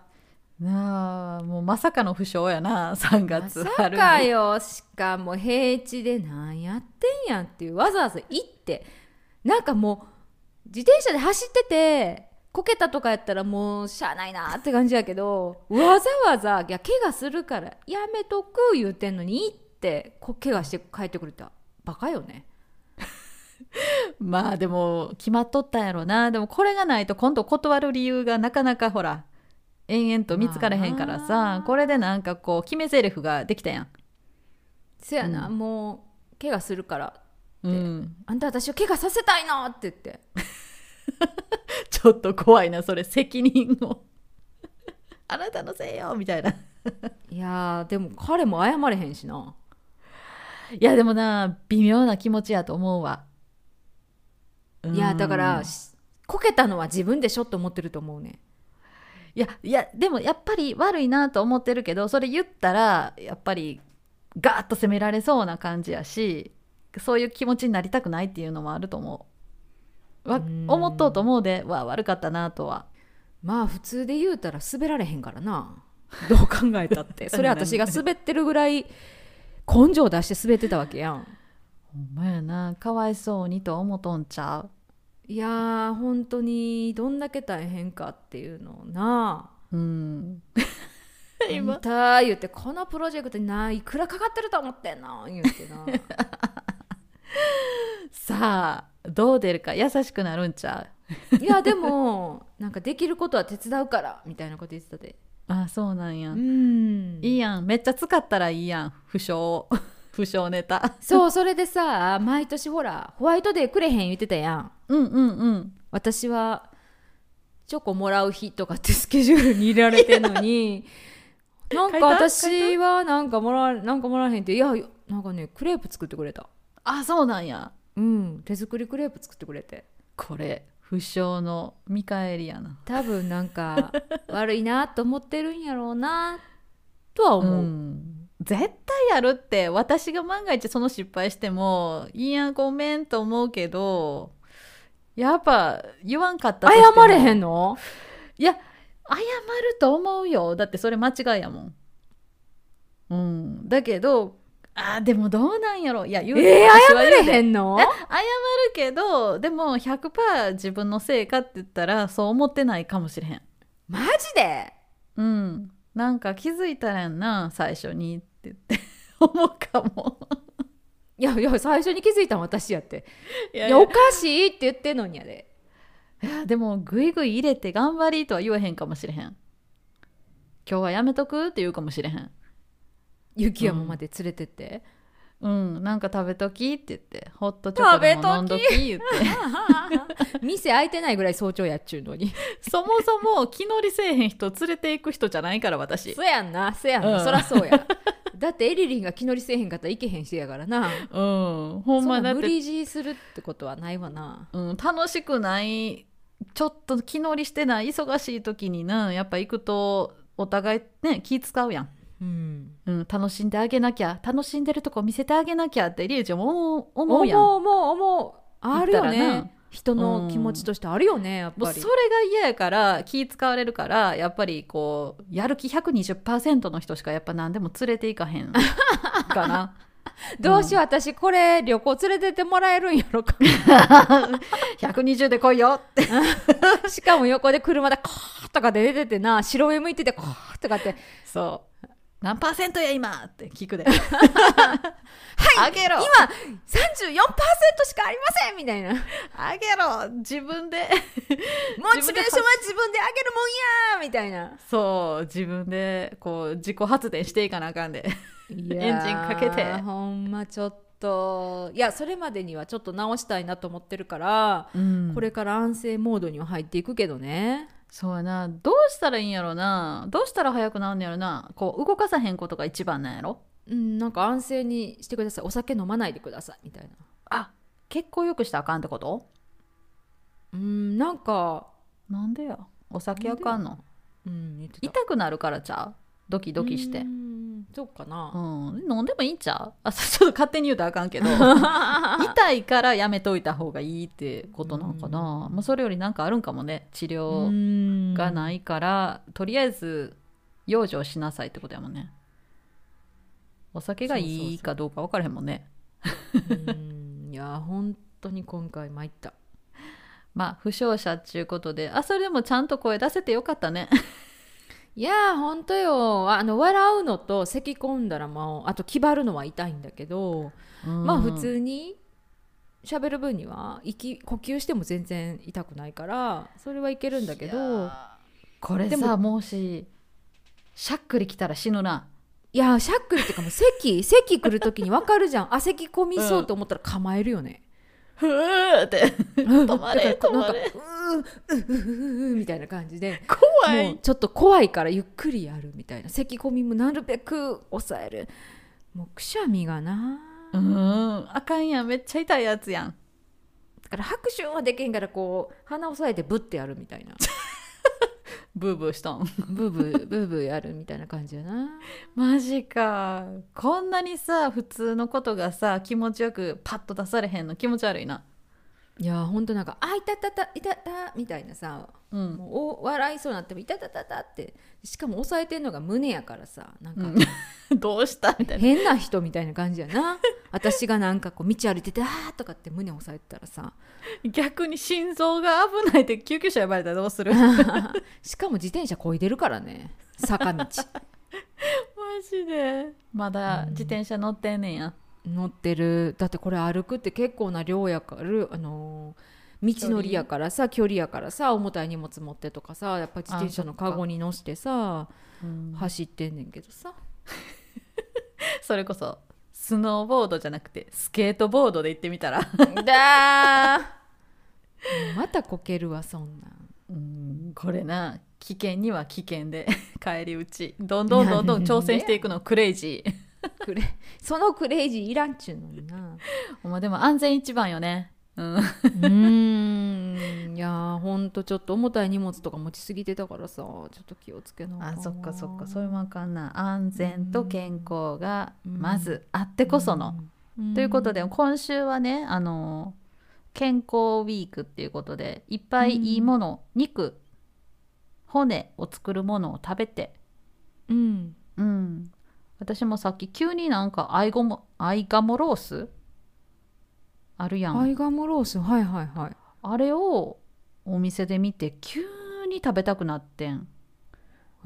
Speaker 2: なあもうまさかの負傷やな3
Speaker 1: ま
Speaker 2: 月
Speaker 1: さ
Speaker 2: 春に
Speaker 1: かよしかも平地でなんやってんやんっていうわざわざ行ってなんかもう自転車で走っててこけたとかやったらもうしゃあないなって感じやけどわざわざいや怪我するからやめとく言うてんのに行ってこ怪我して帰ってくるってバカよね
Speaker 2: まあでも決まっとったんやろなでもこれがないと今度断る理由がなかなかほら延々と見つからへんからさ、
Speaker 1: まあな
Speaker 2: これでなんかこう決め台詞ができたやん、
Speaker 1: せやな、もう怪我するから
Speaker 2: うん、
Speaker 1: あんた私を怪我させたいなって言って
Speaker 2: ちょっと怖いなそれ責任を あなたのせいよみたいない
Speaker 1: やーでも彼も謝れへんしない
Speaker 2: やでもな微妙な気持ちやと思うわ
Speaker 1: いやだから
Speaker 2: うん
Speaker 1: しこけたのは自分でしょって思ってると思うね
Speaker 2: いやいやでもやっぱり悪いなと思ってるけどそれ言ったらやっぱりガーッと責められそうな感じやしそういう気持ちになりたくないっていうのもあると思うわ
Speaker 1: うん
Speaker 2: 思っとうと思うでわ悪かったなとは
Speaker 1: まあ普通で言うたら滑られへんからなどう考えたってそれ私が滑ってるぐらい根性出して滑ってたわけやん
Speaker 2: ほんまやなかわいそうにと思っとんちゃう
Speaker 1: いやー本当にどんだけ大変かっていうのをな
Speaker 2: うん
Speaker 1: あんた言ってこのプロジェクトにないくらかかってると思ってんの言うてな
Speaker 2: さあどう出るか優しくなるんちゃう
Speaker 1: いやでもなんかできることは手伝うからみたいなこと言ってたで
Speaker 2: あそうなんや、
Speaker 1: うん
Speaker 2: いいやんめっちゃ使ったらいいやん不詳 不詳ネタ
Speaker 1: そうそれでさ毎年ほらホワイトデーくれへん言ってたやん
Speaker 2: うんうんうん
Speaker 1: 私はチョコもらう日とかってスケジュールに入れられてんの になんか私はなんかもらなんかもらえへんっていやなんかねクレープ作ってくれた
Speaker 2: あそうなんや
Speaker 1: うん手作りクレープ作ってくれて
Speaker 2: これ不詳の見返りやな
Speaker 1: 多分なん か悪いなと思ってるんやろうなとは思う、
Speaker 2: ん、絶対やるって私が万が一その失敗してもいいやごめんと思うけどやっぱ言わんかったとしても
Speaker 1: 謝れへんの
Speaker 2: いや謝ると思うよだってそれ間違いやもんうんだけどあーでもどうなんやろいや
Speaker 1: え
Speaker 2: 言う
Speaker 1: ー、謝れへ
Speaker 2: ん
Speaker 1: んの
Speaker 2: 謝るけどでも100%自分のせいかって言ったらそう思ってないかもしれへん
Speaker 1: マジで
Speaker 2: うん、なんか気づいたらやんな最初にって言って 思うかも
Speaker 1: いやいや最初に気づいたの私やって
Speaker 2: い
Speaker 1: い
Speaker 2: や
Speaker 1: や
Speaker 2: いや
Speaker 1: おかしいって言ってんのにやで
Speaker 2: でもグイグイ入れて頑張りとは言わへんかもしれへん今日はやめとくって言うかもしれへん
Speaker 1: 雪山まで連れてって、
Speaker 2: うんなんか食べときって言ってホットチョコでも飲んどき言って
Speaker 1: 店開いてないぐらい早朝やっちゅうのに
Speaker 2: そもそも気乗りせえへん人連れていく人じゃないから私
Speaker 1: そやんなそやんな、
Speaker 2: うん
Speaker 1: そらそうやだってエリリンが気乗りせえへんかったらいけへんしやからな
Speaker 2: うん
Speaker 1: そ
Speaker 2: ほん
Speaker 1: ん
Speaker 2: ま
Speaker 1: な
Speaker 2: だっ
Speaker 1: 無
Speaker 2: て、
Speaker 1: 理強いするってことはないわな
Speaker 2: うん、楽しくないちょっと気乗りしてない忙しい時になやっぱ行くとお互いね気使うやん
Speaker 1: うん
Speaker 2: うん、楽しんであげなきゃ楽しんでるとこ見せてあげなきゃってリエちゃんも思う思
Speaker 1: 思
Speaker 2: う
Speaker 1: う
Speaker 2: やんも
Speaker 1: 思う思うあるよ
Speaker 2: 言ったらな
Speaker 1: ね人の気持ちとしてあるよねやっ
Speaker 2: う
Speaker 1: ぱ
Speaker 2: それ
Speaker 1: り
Speaker 2: が嫌やから気使われるからやっぱりこうやる気120%の人しかやっぱ何でも連れていかへんかな
Speaker 1: どうしよう私これ旅行連れてってもらえるんやろか
Speaker 2: 120で来いよって
Speaker 1: しかも横で車でカーとかで出ててな白目向いててカーとかって
Speaker 2: そう何パーセントや今って聞くではいあげろ
Speaker 1: 今34%しかありませんみたいな
Speaker 2: あげろ自分
Speaker 1: モ
Speaker 2: で
Speaker 1: チベーションは自分で上げるもんやーみたいな
Speaker 2: そう自分でこう自己発電していかなあかんで
Speaker 1: いやー
Speaker 2: エンジンかけて
Speaker 1: ほんまちょっといやそれまでにはちょっと直したいなと思ってるから、
Speaker 2: うん
Speaker 1: これから安静モードには入っていくけどね
Speaker 2: そうやなどうしたらいいんやろなどうしたら早くなるんのやろなこう動かさへんことが一番なんやろ
Speaker 1: うんなんか安静にしてくださいお酒飲まないでくださいみたいな
Speaker 2: あ結構よくしたらあかんってこと
Speaker 1: うんなんか
Speaker 2: なんでやお酒あかんの
Speaker 1: うん言ってた
Speaker 2: 痛くなるからちゃうドキドキし
Speaker 1: う
Speaker 2: て
Speaker 1: んそうか
Speaker 2: う
Speaker 1: な、
Speaker 2: ん、飲んでもいいんちゃう あそうちょっと勝手に言うとあかんけ ど痛いからやめといた方がいいってことなんかな、
Speaker 1: うん
Speaker 2: まあ、それよりなんかあるんかもね治療
Speaker 1: ん
Speaker 2: がないから、とりあえず養生しなさいってことやもんねお酒がいいかどうか分からへんもんね
Speaker 1: うんいや本当に今回参った
Speaker 2: まあ負傷者っちゅうことであそれでもちゃんと声出せてよかったね
Speaker 1: いやーほんとよあの笑うのと咳き込んだらもうあと気張るのは痛いんだけど、まあ普通に喋る分には息呼吸しても全然痛くないからそれはいけるんだけど
Speaker 2: これ
Speaker 1: で
Speaker 2: さ
Speaker 1: も
Speaker 2: もししゃっくりきたら死ぬない
Speaker 1: やーしゃっくりっていうかもう咳 咳来る時に分かるじゃんあ咳込みそうと思ったら構えるよね、
Speaker 2: ふーって
Speaker 1: うん、
Speaker 2: 止ま
Speaker 1: だ
Speaker 2: れ
Speaker 1: から
Speaker 2: 止まれ
Speaker 1: なんかうーうーうーうーみたいな感じで
Speaker 2: 怖
Speaker 1: もうちょっと怖いからゆっくりやるみたいな咳込みもなるべく抑えるもうくしゃみがな
Speaker 2: うんあかんやんめっちゃ痛いやつやん
Speaker 1: から拍手はできへんからこう鼻を押さえてブッてやるみたい な
Speaker 2: ブーブーしたん
Speaker 1: ブーブーブーブーやるみたいな感じやな
Speaker 2: マジかこんなにさ普通のことがさ気持ちよくパッと出されへんの気持ち悪いない
Speaker 1: やーほんとなんか「あいたたたいたた」みたいなさ
Speaker 2: うん
Speaker 1: もうお笑いそうになっても「いたたたた」ってしかも押さえてんのが胸やからさなんか、
Speaker 2: うん どうしたみたいな
Speaker 1: 変な人みたいな感じやな私がなんかこう道歩いてて「あー」とかって胸押さえてたらさ
Speaker 2: 逆に心臓が危ないって救急車呼ばれたらどう するマ
Speaker 1: しかも自転車こいでるからね坂道
Speaker 2: ジでまだ
Speaker 1: うん
Speaker 2: 自転車乗ってんねんや
Speaker 1: 乗ってるだってこれ歩くって結構な量やから、あのー道のりやからさ距離やからさ重たい荷物持ってとかさやっぱ自転車のカゴに乗してさ
Speaker 2: は
Speaker 1: 走ってんねんけどさ
Speaker 2: それこそスノーボードじゃなくてスケートボードで行ってみたら
Speaker 1: だーもう またこけるわそんなん
Speaker 2: うんこれな危険には危険で 帰り討ちどんどんどんどん挑戦していくのクレイジー
Speaker 1: クレそのクレイジーいらんちゅうのにな
Speaker 2: お前でも安全一番よねうん
Speaker 1: うー んいやーほんとちょっと重たい荷物とか持ちすぎてたからさちょっと気をつけな
Speaker 2: あ
Speaker 1: かんな
Speaker 2: そっかそっかそれもあかんな安全と健康が
Speaker 1: うん
Speaker 2: まずあってこその、、
Speaker 1: ん
Speaker 2: ということで今週はねあの健康ウィークっていうことでいっぱいいいもの、肉骨を作るものを食べて
Speaker 1: うん
Speaker 2: うん私もさっき急になんかアイゴもアイガモロースあるやん、
Speaker 1: アイガモロースはいはいはい
Speaker 2: あれをお店で見て急に食べたくなってん、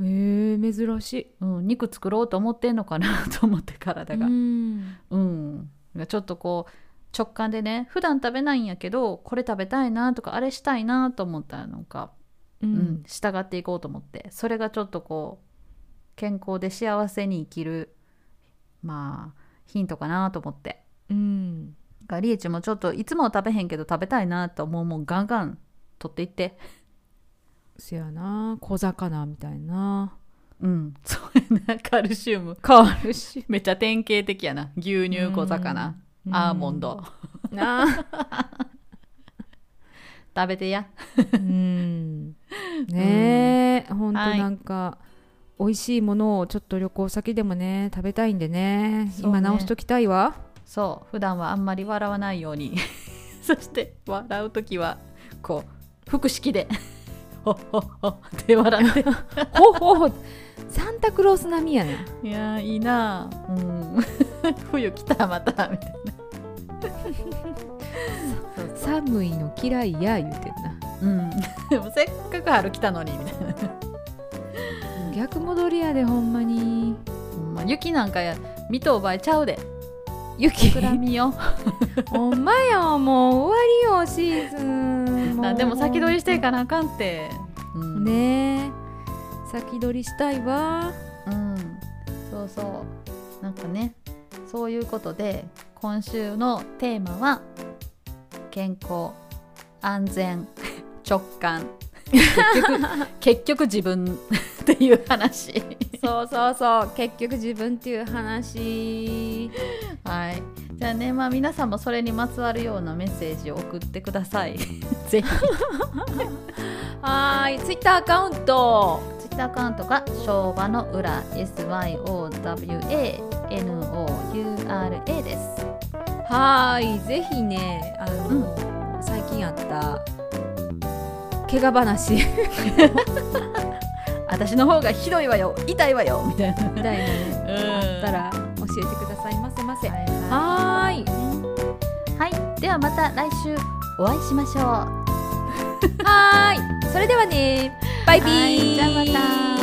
Speaker 1: へえ珍しい
Speaker 2: うん、肉作ろうと思ってんのかなと思って体が
Speaker 1: うん
Speaker 2: うん、ちょっとこう直感でね普段食べないんやけどこれ食べたいなとかあれしたいなと思ったのか、
Speaker 1: う
Speaker 2: うん
Speaker 1: ん
Speaker 2: 従っていこうと思ってそれがちょっとこう健康で幸せに生きるまあヒントかなと思って
Speaker 1: うん
Speaker 2: だからリエチもちょっといつもは食べへんけど食べたいなと思うもんガンガン取っていって
Speaker 1: せやな小魚みたいな
Speaker 2: うんそうやなカルシウム
Speaker 1: 変わるし
Speaker 2: めっちゃ典型的やな牛乳小魚、アーモンド、
Speaker 1: なあ
Speaker 2: 食べてや
Speaker 1: うんねえ、ほんとなんか、美味しいものをちょっと旅行先でもね食べたいんでね
Speaker 2: そうね
Speaker 1: 今直しときたいわ
Speaker 2: そう普段はあんまり笑わないように そして笑う時はこう腹式で ほっほっほって笑 って
Speaker 1: ほほほサンタクロース並みやね
Speaker 2: いやーいいなあうん 冬来たまたみたいなそう
Speaker 1: 寒いの嫌いや言うてんな
Speaker 2: そううん でもせっかく春来たのにみたいな、
Speaker 1: 逆戻りやでほんまに
Speaker 2: ほんま雪なんかや見とおばえちゃうで
Speaker 1: 雪
Speaker 2: 膨らみよ
Speaker 1: ほんまよもう終わりよシーズン
Speaker 2: なんで も先取りしてい
Speaker 1: か
Speaker 2: かなあかんって、うん
Speaker 1: ねえ先取りしたいわ
Speaker 2: うん、そうそうなんかねそういうことで今週のテーマは健康安全直感結局結局自分 っていう話
Speaker 1: そうそうそう結局自分っていう話
Speaker 2: はいじゃあねまあ皆さんもそれにまつわるようなメッセージを送ってくださいぜひ
Speaker 1: はーいツイッターアカウント
Speaker 2: Twitter アカウントが昭和の裏 SYOWANOURA です
Speaker 1: はーいぜひねあの、最近あった怪我話み
Speaker 2: 私の方がひどいわよ痛いわよみたいな
Speaker 1: たいなねあ
Speaker 2: あ
Speaker 1: っ
Speaker 2: ったたら
Speaker 1: ら教えてくださいませませは
Speaker 2: は
Speaker 1: ーい
Speaker 2: い、はい、ではまた来週お会いしましょう
Speaker 1: はーいそれではねバイビー
Speaker 2: はいじゃあまた